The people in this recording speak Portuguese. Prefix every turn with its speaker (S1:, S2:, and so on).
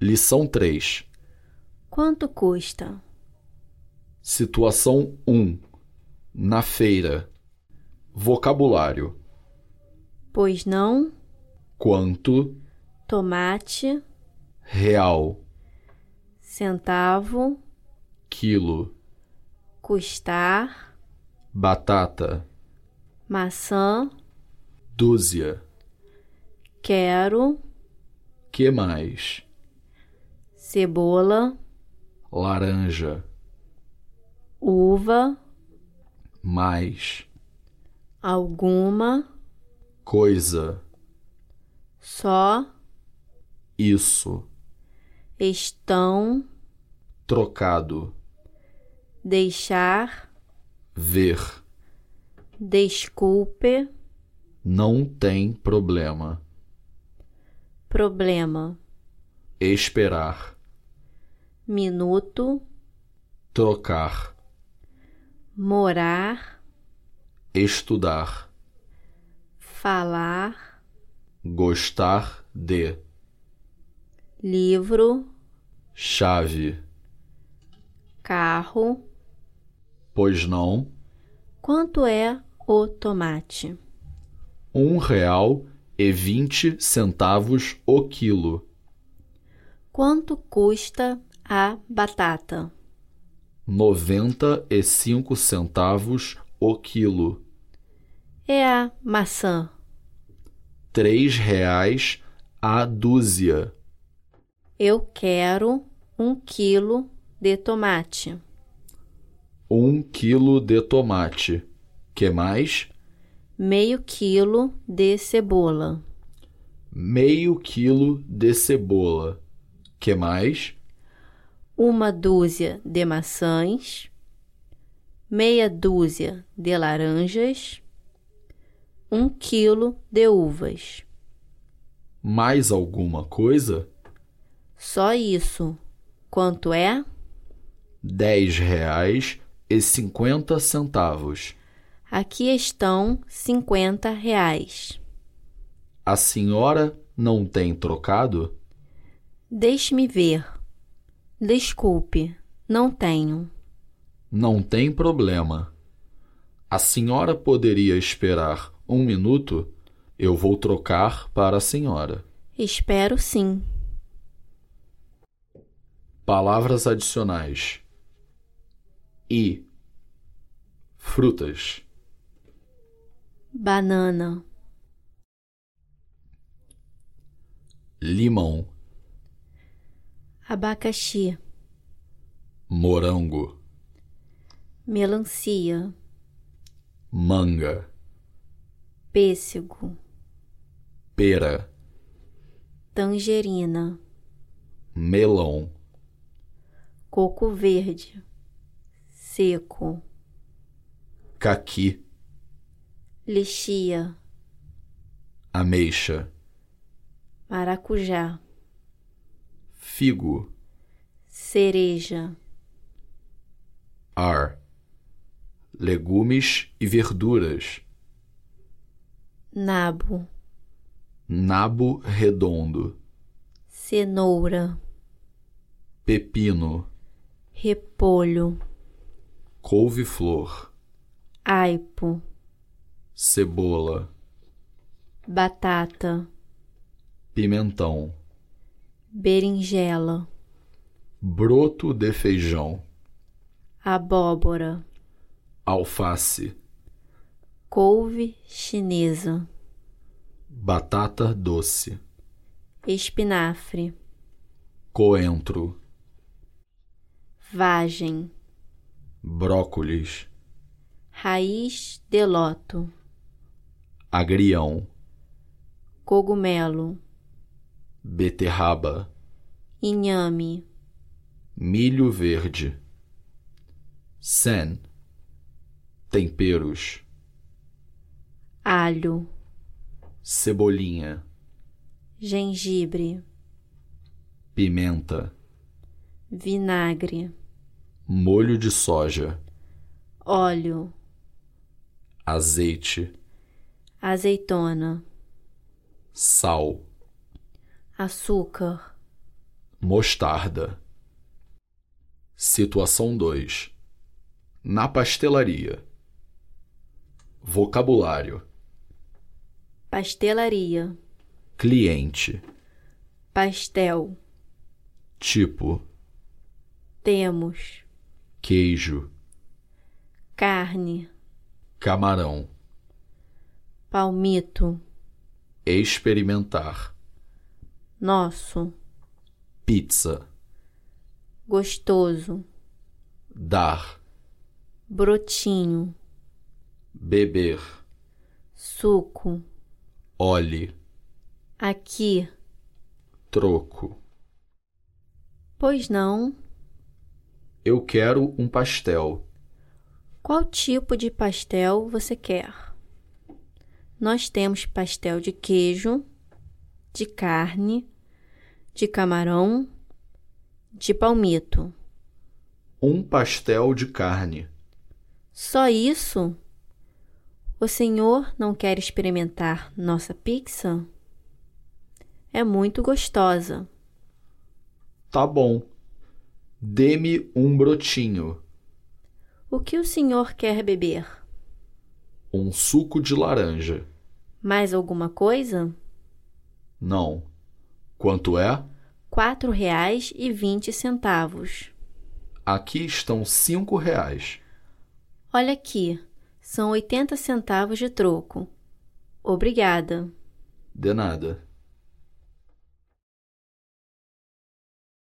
S1: Lição 3.
S2: Quanto custa?
S1: Situação 1. Na feira. Vocabulário:
S2: Pois não,
S1: quanto,
S2: tomate,
S1: real,
S2: centavo,
S1: quilo,
S2: custar,
S1: batata,
S2: maçã,
S1: dúzia,
S2: quero,
S1: que mais,
S2: cebola,
S1: laranja,
S2: uva,
S1: mais,
S2: alguma,
S1: coisa,
S2: só,
S1: isso,
S2: estão,
S1: trocado, deixar, ver,
S2: desculpe,
S1: não tem problema,
S2: problema,
S1: esperar,
S2: minuto,
S1: trocar,
S2: morar,
S1: estudar,
S2: falar,
S1: gostar de,
S2: livro,
S1: chave,
S2: carro.
S1: pois não,
S2: Quanto é o tomate?
S1: um real e vinte centavos o quilo,
S2: Quanto custa a batata?
S1: noventa e cinco centavos o quilo.
S2: É a maçã.
S1: três reais a dúzia,
S2: Eu quero um quilo de tomate.
S1: um quilo de tomate, que mais
S2: Meio quilo de cebola.
S1: meio quilo de cebola, que mais
S2: Uma dúzia de maçãs. Meia dúzia de laranjas. Um quilo de uvas.
S1: mais alguma coisa,
S2: Só isso. Quanto é?
S1: dez reais e cinquenta centavos.
S2: Aqui estão 50 reais.
S1: A senhora não tem trocado?
S2: Deixe-me ver. Desculpe, não tenho.
S1: Não tem problema. A senhora poderia esperar um minuto? Eu vou trocar para a senhora.
S2: Espero sim.
S1: Palavras adicionais: e frutas,
S2: Banana,
S1: limão,
S2: abacaxi,
S1: morango,
S2: melancia,
S1: manga,
S2: pêssego,
S1: pera,
S2: tangerina,
S1: melão,
S2: coco verde, seco,
S1: caqui,
S2: lixia,
S1: ameixa,
S2: maracujá,
S1: figo,
S2: cereja,
S1: ar, legumes e verduras,
S2: nabo,
S1: nabo redondo,
S2: cenoura,
S1: pepino,
S2: repolho,
S1: couve-flor,
S2: aipo,
S1: cebola,
S2: batata,
S1: pimentão,
S2: berinjela,
S1: broto de feijão,
S2: abóbora.
S1: alface.
S2: couve chinesa,
S1: batata doce,
S2: espinafre,
S1: coentro,
S2: vagem,
S1: brócolis,
S2: raiz de loto,
S1: agrião,
S2: cogumelo,
S1: beterraba,
S2: inhame,
S1: milho verde, sen, temperos,
S2: alho,
S1: cebolinha,
S2: gengibre,
S1: pimenta,
S2: vinagre,
S1: molho de soja,
S2: óleo,
S1: azeite,
S2: azeitona,
S1: sal,
S2: açúcar,
S1: mostarda. Situação 2 Na pastelaria. Vocabulário:
S2: pastelaria,
S1: cliente,
S2: pastel,
S1: tipo,
S2: temos,
S1: queijo,
S2: carne,
S1: camarão,
S2: palmito,
S1: experimentar,
S2: nosso,
S1: pizza,
S2: gostoso,
S1: dar,
S2: brotinho,
S1: beber,
S2: suco,
S1: olhe,
S2: aqui,
S1: troco.
S2: pois não.
S1: Eu quero um pastel.
S2: Qual tipo de pastel você quer? Nós temos pastel de queijo, de carne, de camarão, de palmito.
S1: Um pastel de carne.
S2: Só isso? O senhor não quer experimentar nossa pizza? É muito gostosa.
S1: Tá bom. Dê-me um brotinho,
S2: O que o senhor quer beber?
S1: um suco de laranja.
S2: Mais alguma coisa?
S1: Não. Quanto é?
S2: R$ 4,20.
S1: Aqui estão cinco reais.
S2: Olha aqui, são 80 centavos de troco. Obrigada.
S1: De nada.